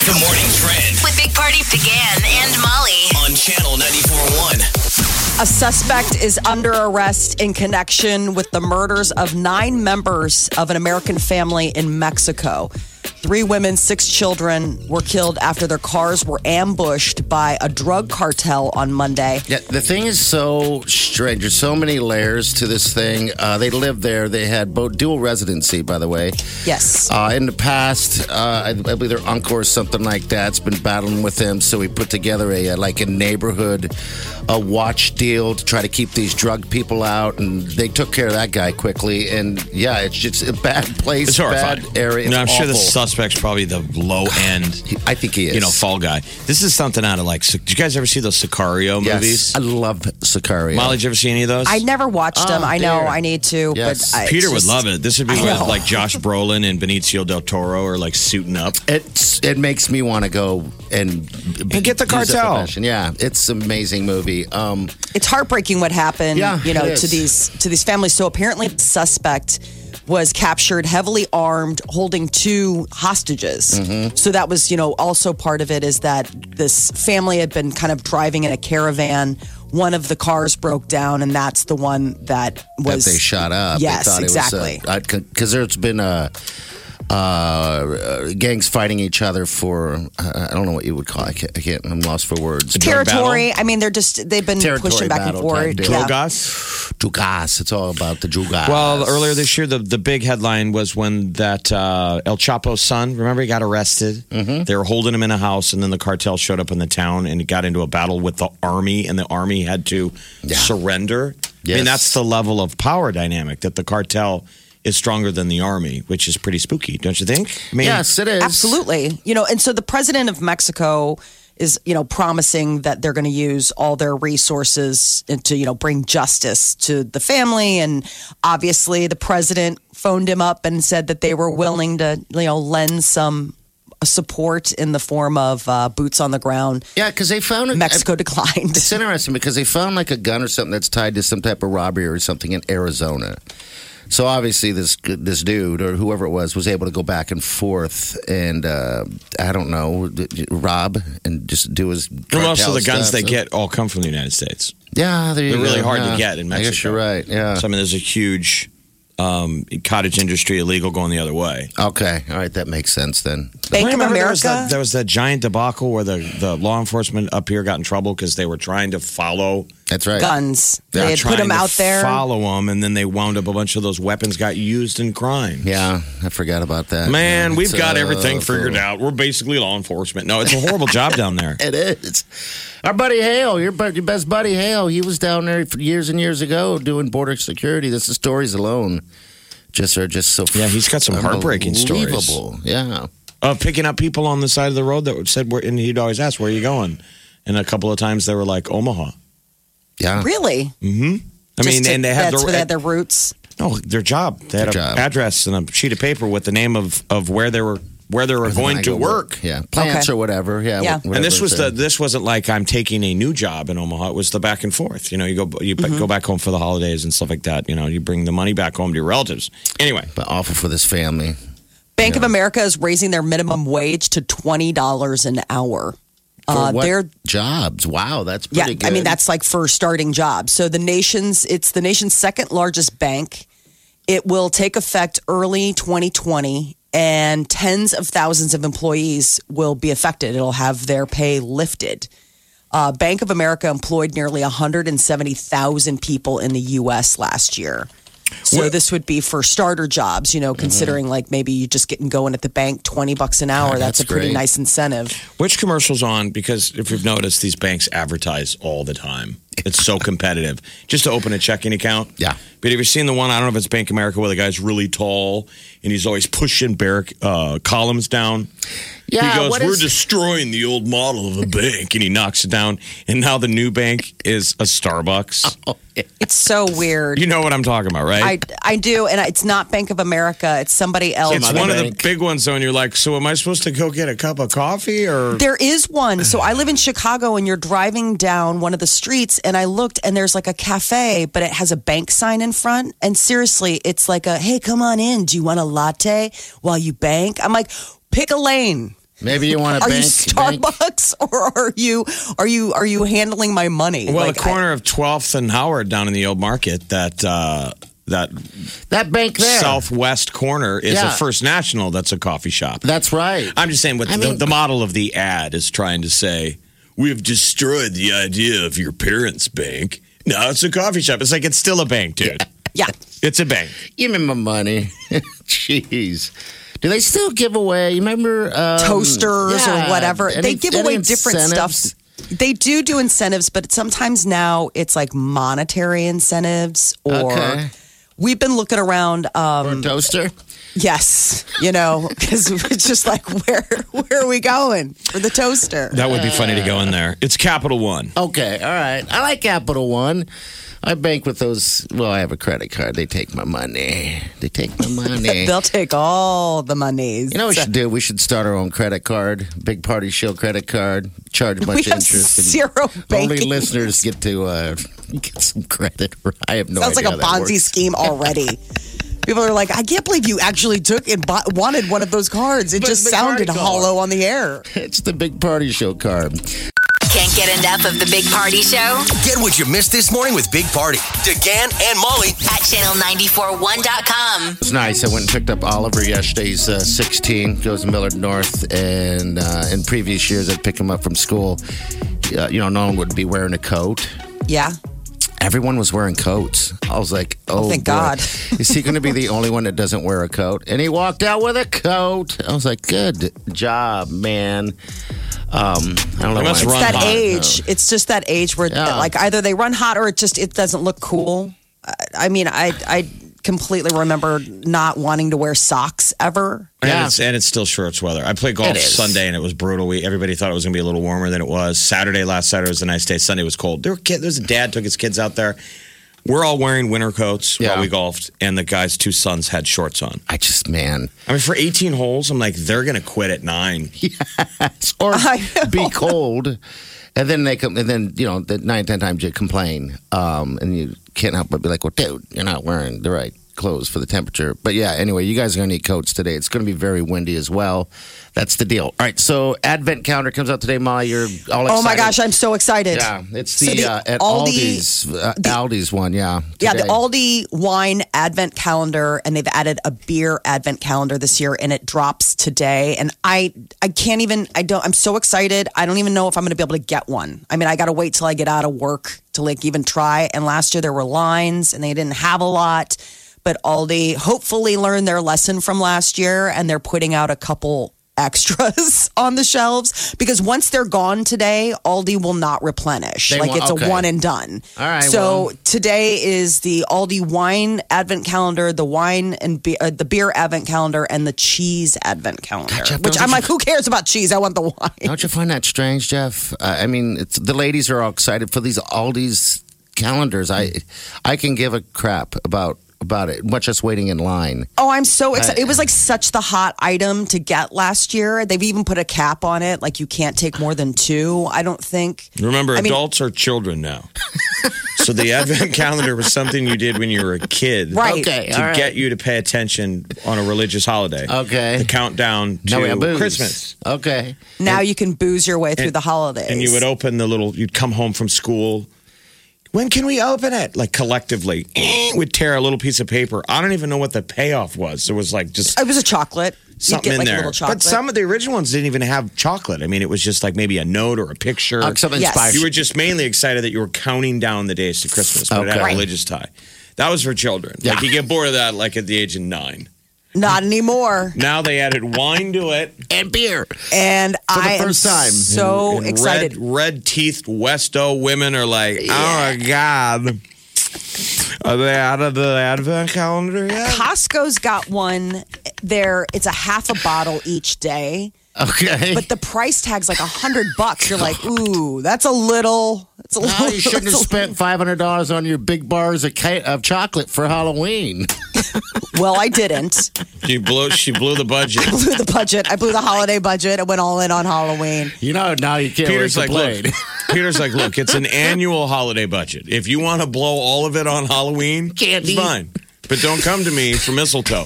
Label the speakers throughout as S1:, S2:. S1: The morning trend
S2: with Big Party began and Molly.
S1: on channel 94.1.
S3: A suspect is under arrest in connection with the murders of nine members of an American family in Mexico. Three women, six children were killed after their cars were ambushed by a drug cartel on Monday.
S4: Yeah, the thing is so strange. There's so many layers to this thing. Uh, they lived there. They had both dual residency, by the way.
S3: Yes.
S4: Uh, in the past, uh, I, I believe their uncle or something like that's been battling with them. So we put together a uh, like a neighborhood a watch deal to try to keep these drug people out, and they took care of that guy quickly. And yeah, it's just a bad place,
S5: It's horrifying.
S4: bad area. It's
S5: No, I'm sure the
S4: awful.
S5: suspect's probably the low end,
S4: I think he is.
S5: you know, fall guy. This is something out of like. Sic- Did you guys ever see those Sicario
S4: yes,
S5: movies?
S4: I love Sicario.
S5: Molly, did you ever see any of those?
S3: I never watched them.
S4: Oh,
S3: I know
S4: dear.
S3: I need to,
S4: Yes.
S3: but I,
S5: Peter would love it. This would be
S3: I
S5: with
S3: know.
S5: like Josh Brolin and Benicio del Toro are like suiting up.
S4: It's it makes me want to go and,
S5: And get the
S4: use up
S5: cartel.
S4: passion. Yeah, it's an amazing movie. Um,
S3: it's heartbreaking what happened
S4: Yeah,
S3: you know
S4: it
S3: to
S4: is.
S3: these to these families so apparently the suspect was captured heavily armed holding two hostages
S4: Mm-hmm.
S3: so that was you know also part of it is that this family had been kind of driving in a caravan one of the cars broke down and that's the one that was
S4: that they shot up. They
S3: yes,
S4: thought uh,
S3: exactly.
S4: Because there's been uh uh, gangs fighting each other for uh, I don't know what you would call. It. I, can't, I can't. I'm lost for words.
S3: territory i mean they're just they've been
S4: Territory
S3: pushing back and
S4: battle type
S3: forth
S4: deal.
S3: yeah.
S5: Drogas?
S4: Jugas. It's all about the Jugas.
S5: Well, earlier this year, the, the big headline was when that uh, El Chapo's son, remember, he got arrested. Mm-hmm. They were holding him in a house, and then the cartel showed up in the town and he got into a battle with the army, and the army had to surrender. I mean,
S4: Yes.
S5: that's the level of power dynamic that the cartel is stronger than the army, which is pretty spooky, don't you think? I mean,
S4: yes, it is
S3: Absolutely. You know, and so the president of Mexico is, you know, promising that they're going to use all their resources and to, you know, bring justice to the family. And obviously, the president phoned him up and said that they were willing to, you know, lend some support in the form of uh, boots on the ground.
S4: Yeah, because they found it.
S3: Mexico declined.
S4: It's interesting because they found like a gun or something that's tied to some type of robbery or something in Arizona. So obviously this this dude or whoever it was was able to go back and forth and uh, I don't know rob and just do his.
S5: and most of
S4: cartel
S5: the guns
S4: stuff.
S5: they get all come from the United States.
S4: Yeah, there you
S5: They're really
S4: go.
S5: hard
S4: Yeah.
S5: to get in Mexico.
S4: I guess you're right. Yeah.
S5: So, I mean, there's a huge um, cottage industry illegal going the other way.
S4: okay. All right. That makes sense then.
S3: Bank of
S5: Remember There was,
S3: America.
S5: that, there was that giant debacle where the, the law enforcement up here got in trouble because they were trying to follow.
S4: That's right.
S3: Guns.
S4: They're
S3: They had put
S5: trying
S3: them
S5: to
S3: out there.
S5: Follow them, and then they wound up a bunch of those weapons got used in crime.
S4: Yeah, I forgot about that.
S5: Man,
S4: Yeah,
S5: we've
S4: it's,
S5: got
S4: uh,
S5: everything figured out. We're basically law enforcement. No, it's a horrible job down there.
S4: It is. Our buddy Hale, your, bu- your best buddy Hale, he was down there for years and years ago doing border security. This is stories alone. Just are just so
S5: Yeah, he's got some heartbreaking stories.
S4: unbelievable. Yeah,
S5: Uh, picking up people on the side of the road that said, where, and he'd always ask, "Where are you going?" And a couple of times they were like, "Omaha."
S4: yeah.
S3: Really?
S5: I mean, and they had
S3: that's
S5: their,
S3: where they had their roots.
S5: No, their job. They had
S4: Their
S5: an
S4: job.
S5: address and a sheet of paper with the name of, of where they were where they were going to work.
S4: Yeah, plants
S3: Okay.
S4: or whatever.
S3: Yeah.
S4: Yeah, wh- whatever
S5: And this was
S4: it's
S5: the
S4: in.
S5: this wasn't like I'm taking a new job in Omaha. It was the back and forth. You know, you go you
S4: Mm-hmm.
S5: go back home for the holidays and stuff like that. You know, you bring the money back home to your relatives. Anyway,
S4: but awful for this family.
S3: Bank of America is raising their minimum wage to $20 an hour.
S4: For what
S3: Uh, they're
S4: jobs. Wow, that's
S3: Yeah,
S4: pretty good.
S3: I mean that's like for starting jobs. So the nation's it's the nation's second largest bank. It will take effect early 2020 and tens of thousands of employees will be affected. It'll have their pay lifted. Uh, bank of America employed nearly 170,000 people in the U.S. last year. So this would be for starter jobs, you know, considering like maybe you just getting going at the bank 20 bucks an hour. that's,
S4: that's
S3: a pretty
S4: great.
S3: nice incentive.
S5: which commercials on? Because if you've noticed, these banks advertise all the time. It's so competitive just to open a checking account.
S4: Yeah.
S5: But have you seen the one? I don't know if it's Bank of America where the guy's really tall and he's always pushing barrack uh, columns down.
S4: Yeah,
S5: he goes,
S4: what
S5: "We're
S4: is-
S5: destroying the old model of a bank," and he knocks it down. And now the new bank is a Starbucks.
S3: It's so weird.
S5: You know what I'm talking about,
S3: I,
S5: right?
S3: I do, and it's not Bank of America. It's somebody else.
S5: it's
S4: Mother
S5: one of
S4: bank.
S5: the big ones, though. And you're like, "So am I supposed to go get a cup of coffee or?"
S3: There is one. So I live in Chicago, and you're driving down one of the streets, and I looked, and there's like a cafe, but it has a bank sign in front. And seriously, it's like a hey, come on in. Do you want a latte while you bank? I'm like, pick a lane.
S4: Maybe you want to
S3: Are
S4: bank.
S3: you
S4: bank-
S3: Starbucks or are you are you are you handling my money?
S5: Well,
S3: Like,
S5: the corner of 12th and Howard down in the old market, that uh, that
S4: that bank there.
S5: southwest corner is
S4: Yeah.
S5: a First National. That's a coffee shop.
S4: That's right.
S5: I'm just saying what
S4: I
S5: the,
S4: mean-
S5: the model of the ad is trying to say. We've destroyed the idea of your parents' bank. Now it's a coffee shop. It's like it's still a bank, dude.
S3: I- yeah.
S5: It's a bank.
S4: Give me my money. Jeez. Do they still give away? You remember um,
S3: toasters
S4: yeah,
S3: or whatever.
S4: any-
S3: they give
S4: any
S3: away different
S4: incentives?
S3: stuffs. They do do incentives, but sometimes now it's like monetary incentives or
S4: Okay.
S3: we've been looking around. Um,
S4: Toaster.
S3: yes, you know, because it's just like where where are we going for the toaster?
S5: That would be funny to go in there. It's Capital One.
S4: Okay. All right. I like Capital One. I bank with those. Well, I have a credit card. They take my money. They take my money.
S3: They'll take all the monies.
S4: You know what we should do? We should start our own credit card, big party show credit card, charge a bunch
S3: have
S4: of interest. and
S3: zero
S4: Only
S3: banking.
S4: listeners get to uh, get some credit. I have no
S3: Sounds like
S4: idea
S3: a
S4: how that
S3: Ponzi
S4: works.
S3: scheme already. People are like, I can't believe you actually took and bought, wanted one of those cards. It
S4: But
S3: just
S4: the
S3: sounded
S4: card card.
S3: hollow on the air.
S4: It's the big party show card.
S2: Can't get enough of the Big Party Show
S1: Get what you missed this morning with Big Party. DeGan and Molly.
S2: at channel941.com.
S4: It's nice. I went and picked up Oliver yesterday. He's uh, 16, goes to Millard North, and uh, in previous years I'd pick him up from school. Uh, you know, no one would be wearing a coat.
S3: Yeah.
S4: Everyone was wearing coats. I was like, oh,
S3: thank
S4: boy.
S3: God.
S4: Is he going to be the only one that doesn't wear a coat? And he walked out with a coat. I was like, good job, man. Um, I don't know.
S5: They must
S4: why I-
S5: run
S3: that
S5: hot.
S3: age. It's just that age where
S4: Yeah.
S3: like either they run hot or it just it doesn't look cool. I, I mean, I I completely remember not wanting to wear socks ever.
S5: And,
S4: Yeah.
S5: it's, and it's still shorts weather. I played golf
S4: It is.
S5: Sunday and it was brutal. We everybody thought it was going to be a little warmer than it was. Saturday last Saturday was a nice day. Sunday was cold. There were kid, there's a dad took his kids out there. We're all wearing winter coats
S4: Yeah.
S5: while we golfed, and the guy's two sons had shorts on.
S4: I just, man.
S5: I mean, for 18 holes, I'm like, they're going to quit at nine.
S4: or
S3: I know.
S4: be cold. And then they come, and then you know, the nine ten times you complain, um, and you can't help but be like, "Well, dude, you're not wearing the right clothes for the temperature." But yeah, anyway, you guys are gonna need coats today. It's gonna be very windy as well. That's the deal. All right, so Advent calendar comes out today, Molly. You're all excited.
S3: Oh my gosh, I'm so excited.
S4: yeah, it's the,
S3: So the
S4: uh, at
S3: Aldi-
S4: Aldi's uh, Aldi's one. Yeah,
S3: Yeah, the
S4: today.
S3: Aldi wine advent calendar, and they've added a beer advent calendar this year, and it drops today. And I, I can't even. I don't. I'm so excited. I don't even know if I'm going to be able to get one. I mean, I got to wait till I get out of work to like even try. And last year there were lines, and they didn't have a lot. But Aldi hopefully learned their lesson from last year, and they're putting out a couple extras on the shelves because once they're gone today, Aldi will not replenish.
S4: They
S3: like
S4: won't-
S3: it's
S4: okay.
S3: a one and done.
S4: All right,
S3: So
S4: well-
S3: today is the Aldi wine advent calendar, the wine and be- uh, the beer advent calendar, and the cheese advent calendar.
S4: Jeff,
S3: which
S4: don't
S3: I'm
S4: you-
S3: like, who cares about cheese? I want the wine.
S4: Don't you find that strange, Jeff? Uh, I mean, it's, the ladies are all excited for these Aldi's calendars. I, I can give a crap about about it, much as waiting in line.
S3: Oh, I'm so excited! it was like such the hot item to get last year. They've even put a cap on it, like you can't take more than two. I don't think.
S5: Remember,
S3: I mean-
S5: adults are children now. so the advent calendar was something you did when you were a kid.
S3: Right.
S4: Okay,
S5: To
S4: all right.
S5: get you to pay attention on a religious holiday.
S4: Okay.
S5: The countdown
S4: Now we
S5: to
S4: have booze.
S5: Christmas.
S4: Okay.
S3: Now you can booze your way through the holidays.
S5: And you would open the little, you'd come home from school. When can we open it? Like collectively, would tear a little piece of paper. I don't even know what the payoff was. There was like just
S3: It was a chocolate.
S5: something
S3: You'd get
S5: in
S3: like a
S5: there.
S3: little chocolate.
S5: But some of the original ones didn't even have chocolate. I mean, it was just like maybe a note or a picture.
S4: Uh, something
S3: Yes.
S4: spicy.
S5: You were just mainly excited that you were counting down the days to Christmas, but it had a
S4: Okay.
S5: religious tie. That was for children. Like
S4: Yeah.
S5: you get bored of that, like at the age of nine.
S3: Not anymore.
S5: Now they added wine to it.
S4: and beer.
S3: And I
S4: first
S3: am
S4: time.
S3: so
S5: and
S3: excited.
S5: Red teethed Westo women are like, oh my god, are they out of the advent calendar yet?
S3: Costco's got one there. It's a half a bottle each day.
S4: Okay.
S3: But the price tag's like a hundred bucks. You're like, ooh, that's a little. That's a
S4: Now
S3: little.
S4: Oh, you shouldn't have
S3: that's a
S4: spent five hundred dollars on your big bars of, ca- of chocolate for Halloween.
S3: little- Well, I didn't.
S5: She blew, she blew the budget.
S3: blew the budget. I blew the holiday budget. I went all in on Halloween.
S4: You know now you can't.
S5: Peter's
S4: wait
S5: like,
S4: to play.
S5: look, Peter's like, look, it's an annual holiday budget. If you want to blow all of it on Halloween,
S4: Candy.
S5: it's fine. But don't come to me for mistletoe.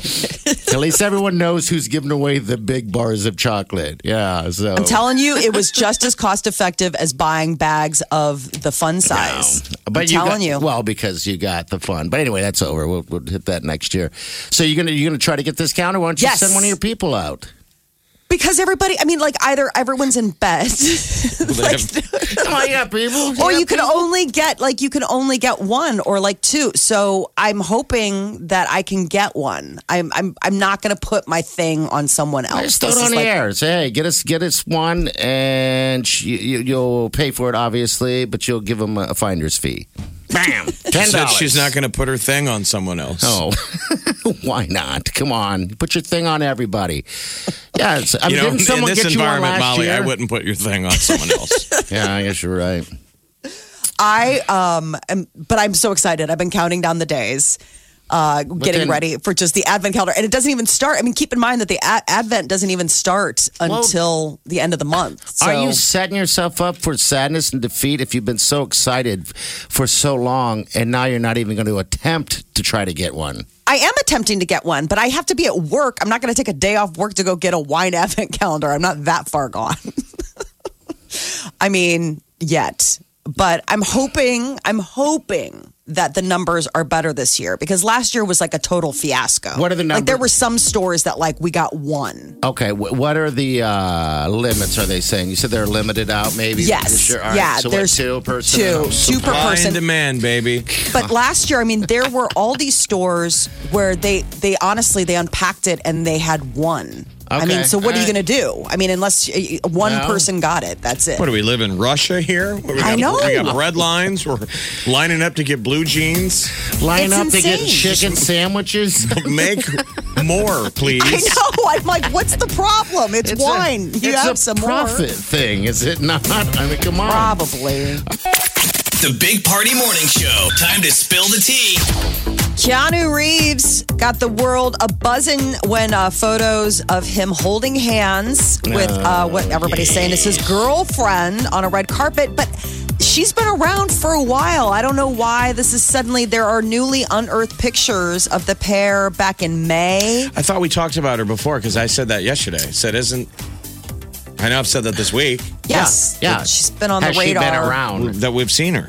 S4: At least everyone knows who's giving away the big bars of chocolate. Yeah. So
S3: I'm telling you, it was just as cost effective as buying bags of the fun size.
S4: Um, But
S3: I'm
S4: you
S3: telling you.
S4: got- well, because you got the fun. But anyway, that's over. We'll, we'll hit that next year. So you're gonna you're gonna try to get this counter. Why don't you
S3: Yes.
S4: send one of your people out?
S3: because everybody, I mean, like either everyone's in bed, like,
S4: Come on, yeah, people.
S3: or you can only get like you can only get one or like two. So I'm hoping that I can get one. I'm I'm I'm not going to put my thing on someone else.
S4: I just throw it
S3: This is
S4: on the
S3: like-
S4: air. Say, hey, get us get us one, and sh- you, you- you'll pay for it, obviously, but you'll give them a finder's fee. Bam, ten
S5: Said
S4: dollars.
S5: she's not going to put her thing on someone else.
S4: Oh, why not? Come on, put your thing on everybody. Yeah, it's, I mean,
S5: you know,
S4: didn't
S5: in
S4: someone
S5: this
S4: get you one
S5: environment,
S4: last
S5: Molly,
S4: year?
S5: I wouldn't put your thing on someone else.
S4: Yeah, I guess you're right.
S3: I um, am, but I'm so excited. I've been counting down the days, uh, getting
S4: then-
S3: ready for just the Advent calendar, and it doesn't even start. I mean, keep in mind that the a- Advent doesn't even start until the end of the month. So
S4: Are you setting yourself up for sadness and defeat if you've been so excited for so long, and now you're not even going to attempt to try to get one?
S3: I am attempting to get one, but I have to be at work. I'm not going to take a day off work to go get a wine Advent calendar. I'm not that far gone. I mean, yet. But I'm hoping, I'm hoping that the numbers are better this year because last year was like a total fiasco.
S4: What are the
S3: Like there
S4: numbers?
S3: were some stores that like we got one.
S4: Okay, wh- what are the uh, limits? Are they saying you said they're limited out? Maybe
S3: Yes.
S4: Sure. All right,
S3: Yeah,
S4: So what,
S3: there's
S4: two person.
S3: two. Two per
S5: Buy
S3: person.
S5: and demand, baby.
S3: But last year, I mean, there were all these stores where they they honestly they unpacked it and they had one. I mean,
S4: Okay,
S3: so what are you
S4: all
S3: going to do? I mean, unless uh, one
S4: No.
S3: person got it, that's it.
S5: What do we live in Russia here? What, we
S3: I
S5: got,
S3: know.
S5: We got bread lines. We're lining up to get blue jeans.
S4: Line
S3: It's
S4: up to get
S3: insane.
S4: chicken sandwiches.
S5: Make more, please.
S3: I know. I'm like, what's the problem? It's,
S4: a-
S3: wine. you
S4: it's
S3: have
S4: a
S3: some
S4: profit
S3: more.
S4: thing, is it not? I mean, come on.
S3: Probably.
S6: The Big Party Morning Show. Time to spill the tea.
S3: Keanu Reeves got the world a buzzing when uh, photos of him holding hands with
S5: Oh,
S3: uh, what everybody's saying is his girlfriend on a red carpet, but she's been around for a while. I don't know why this is suddenly there are newly unearthed pictures of the pair back in May.
S5: I thought we talked about her before because I said that yesterday. I said, isn't. I know I've said that this week
S3: Yes,
S4: Yeah.
S3: she's been on
S4: Has
S3: the radar.
S4: She been around.
S5: that we've seen her.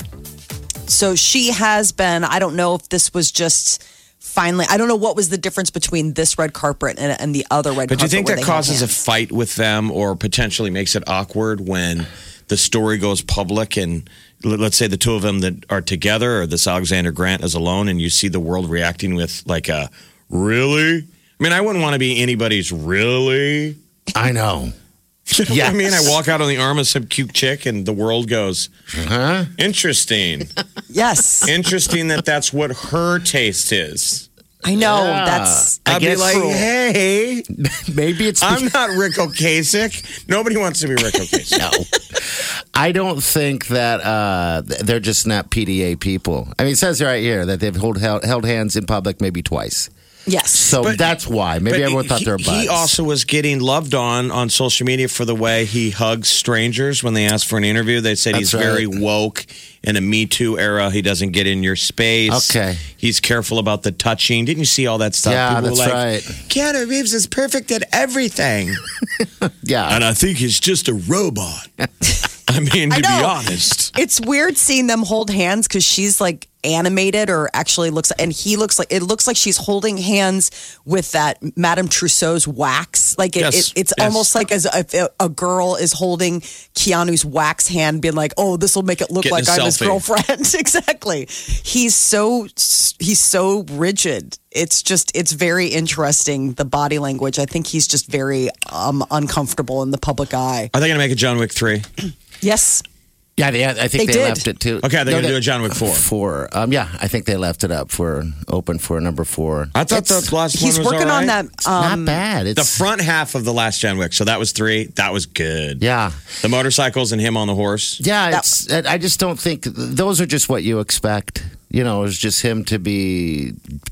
S3: So she has been. I don't know if this was just finally. I don't know what was the difference between this red carpet and, and the other red carpet.
S5: But do you think
S3: where
S5: that
S3: they held
S5: causes a
S3: hands.
S5: fight with them or potentially makes it awkward when the story goes public and let- let's say the two of them that are together or this Alexander Grant is alone and you see the world reacting with like a really? I mean, I wouldn't want to be anybody's really.
S4: I know.
S5: You know what I mean, I
S4: Yes.
S5: walk out on the arm of some cute chick and the world goes,
S4: Huh?
S5: interesting.
S3: Yes,
S5: interesting that that's what her taste is.
S3: I know.
S4: Yeah.
S3: That's
S4: I
S5: I'd be
S4: guess
S5: like,
S4: so.
S5: hey,
S4: Maybe it's
S5: I'm not Rick Ocasek. Nobody wants to be Rick Ocasek.
S4: no. I don't think that uh, th- they're just not PDA people. I mean, it says right here that they've hold, held, held hands in public maybe twice.
S3: yes.
S4: So
S5: But-
S4: that's why. Maybe
S5: But
S4: everyone thought
S5: he,
S4: they were buds.
S5: He also was getting loved on on social media for the way he hugs strangers when they ask for an interview. They said
S4: That's
S5: he's very
S4: right.
S5: woke in a Me Too era. He doesn't get in your space.
S4: Okay.
S5: He's careful about the touching. Didn't you see all that stuff?
S4: Yeah,
S5: People were
S4: that's
S5: like,
S4: right.
S5: Keanu Reeves is perfect at everything.
S4: yeah.
S5: and I think he's just a robot. I mean, to
S3: I
S5: be
S3: know.
S5: honest.
S3: It's weird seeing them hold hands because she's like animated or actually looks, and he looks like it looks like she's holding hands with that Madame Trousseau's wax. Like it,
S5: Yes,
S3: it, it's
S5: yes.
S3: almost like as if a, a girl is holding Keanu's wax hand, being like, "Oh, this will make it look
S5: Getting
S3: like
S5: a
S3: I'm his
S5: selfie.
S3: girlfriend." exactly. He's so he's so rigid. It's just it's very interesting the body language. I think he's just very um, uncomfortable in the public eye.
S5: Are they going to make a John Wick 3?
S3: Yes.
S4: Yeah, they, I
S3: They
S4: think they,
S3: did.
S4: left it too.
S5: Okay, they're gonna do a John Wick four.
S4: Four. Um, yeah, I think they left it up for open for number four.
S5: I thought
S3: It's-
S5: the last
S3: He's
S5: one was
S3: working
S5: all
S3: on
S5: right.
S3: that. Um,
S4: Not bad. It's
S5: The front half of the last John Wick. So that was three. That was good.
S4: Yeah,
S5: The motorcycles and him on the horse.
S4: yeah. It's. I I just don't think those are just what you expect. You know, it's just him to be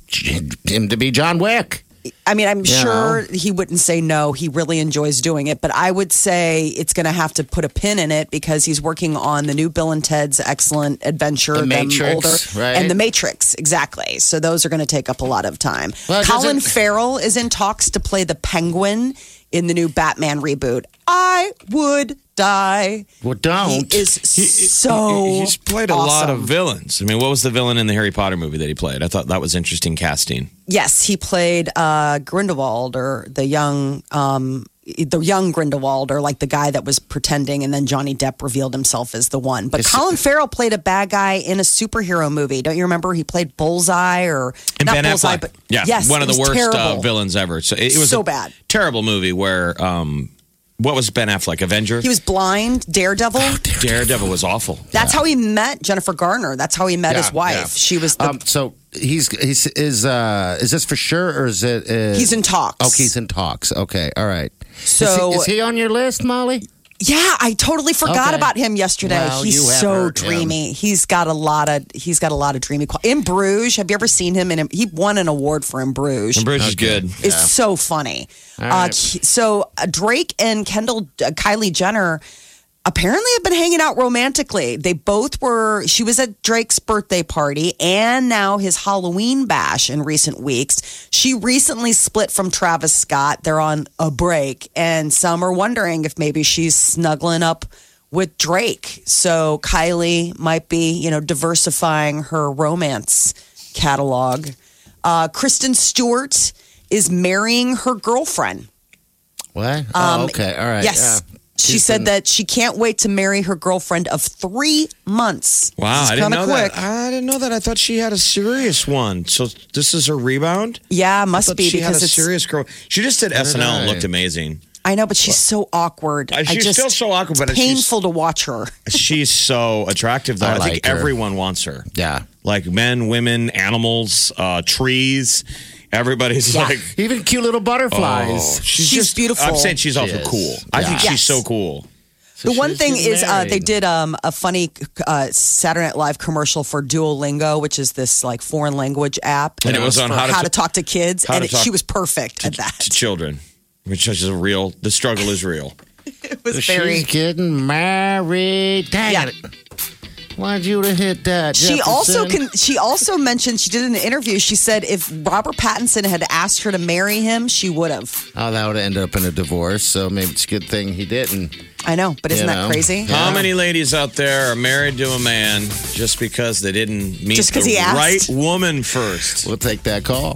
S4: him to be John Wick.
S3: I mean, I'm
S4: You
S3: sure he wouldn't say no. He really enjoys doing it, but I would say it's going to have to put a pin in it because he's working on the new Bill and Ted's Excellent Adventure,
S4: The
S3: them
S4: Matrix,
S3: older,
S4: right?
S3: and the Matrix. Exactly. So those are going to take up a lot of time.
S4: Well, it
S3: Colin
S4: doesn't-
S3: Farrell is in talks to play the Penguin in the new Batman reboot. I would die.
S4: Well, don't.
S3: He is so.
S5: He- He's played a lot of
S3: awesome.
S5: villains. I mean, what was the villain in the Harry Potter movie that he played? I thought that was interesting casting.
S3: Yes, he played uh, Grindelwald or the young, um, the young Grindelwald or like the guy that was pretending, and then Johnny Depp revealed himself as the one. But Colin Farrell played a bad guy in a superhero movie. Don't you remember? He played Bullseye or
S5: And
S3: not
S5: Ben
S3: Bullseye,
S5: Affleck,
S3: but
S5: yeah,
S3: yes,
S5: one of
S3: it
S5: the
S3: was
S5: worst uh,
S3: terrible.
S5: villains ever. So it, it was
S3: So
S5: a
S3: bad.
S5: terrible movie where um, what was Ben Affleck? Avenger.
S3: He was blind, Daredevil.
S5: Oh, Daredevil was awful.
S3: That's how he met Jennifer Garner. That's how he met his
S4: Yeah,
S3: wife.
S4: yeah.
S3: She was the.
S4: um, so he's he's is uh is this for sure or is it? Uh,
S3: he's in talks.
S4: Okay, he's in talks. Okay, all right. Is he-
S3: So-
S4: is he on your list, Molly?
S3: Yeah, I totally forgot
S4: Okay.
S3: about him yesterday.
S4: Well,
S3: he's
S4: you have
S3: so
S4: hurt him.
S3: dreamy. He's got a lot of he's got a lot of dreamy qual- in Bruges. Have you ever seen him in he won an award for in Bruges?
S5: And Bruce is good.
S3: It's so funny. Uh,
S4: right.
S3: he- so uh, Drake and Kendall uh, Kylie Jenner apparently have been hanging out romantically. They both were she was at Drake's birthday party and now his Halloween bash in recent weeks. She recently split from Travis Scott. They're on a break and some are wondering if maybe she's snuggling up with Drake. So Kylie might be, you know, diversifying her romance catalog. Uh, Kristen Stewart is marrying her girlfriend.
S4: What?
S3: Um,
S4: oh, okay, all right.
S3: Yes.
S4: yeah.
S3: She said that she can't wait to marry her girlfriend of three months.
S5: Wow,
S3: This is
S5: I didn't
S3: kinda
S5: know
S3: quick.
S5: that. I didn't know that. I thought she had a serious one. So this is her rebound.
S3: Yeah,
S5: I
S3: must
S5: thought
S3: be
S5: she had
S3: because
S5: a
S3: it's.
S5: serious girl. She just did SNL and
S4: I?
S5: looked amazing.
S3: I know, but she's so awkward.
S5: Uh,
S3: I
S5: she's
S3: just,
S5: still so awkward, but
S3: it's
S5: she's-
S3: painful to watch her.
S5: She's so attractive, though.
S4: I
S5: I, think
S4: like her.
S5: everyone wants her.
S4: Yeah.
S5: Like men, women, animals, uh, trees. Everybody's like,
S4: Even cute little
S3: Oh.
S4: butterflies.
S5: she's,
S3: She's
S5: just
S3: beautiful.
S5: I'm saying she's awful
S4: is.
S5: cool. I think
S3: Yeah. Yes.
S5: she's so cool.
S3: the one
S4: she's
S3: thing
S4: getting
S3: is uh, they
S4: married.
S3: did um, a funny uh, Saturday Night Live commercial for Duolingo, which is this like foreign language app. uh,
S5: And it was on
S3: for
S5: how to ta-
S3: talk to kids,
S5: how
S3: and
S5: to
S3: it,
S5: talk
S3: she was perfect at
S5: To
S3: that.
S5: children, which is a real. The struggle is real.
S3: It was very.
S4: She's getting married. Dang
S3: Yeah.
S4: it. Wanted you to hit that.
S3: She
S4: Jefferson.
S3: also can. She also mentioned she did in an interview. She said if Robert Pattinson had asked her to marry him, she would have.
S4: Oh, that would have ended up in a divorce, so maybe it's a good thing he didn't.
S3: I know, but isn't
S4: You
S3: that
S4: know.
S3: crazy?
S4: Yeah.
S5: How many ladies out there are married to a man just because they didn't meet
S3: Just
S5: the
S3: 'cause he asked?
S5: right woman first?
S4: We'll take that call.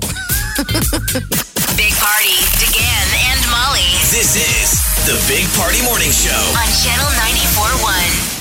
S2: Big Party, DeGan and Molly
S6: This is the Big Party Morning Show.
S2: on Channel 94.1.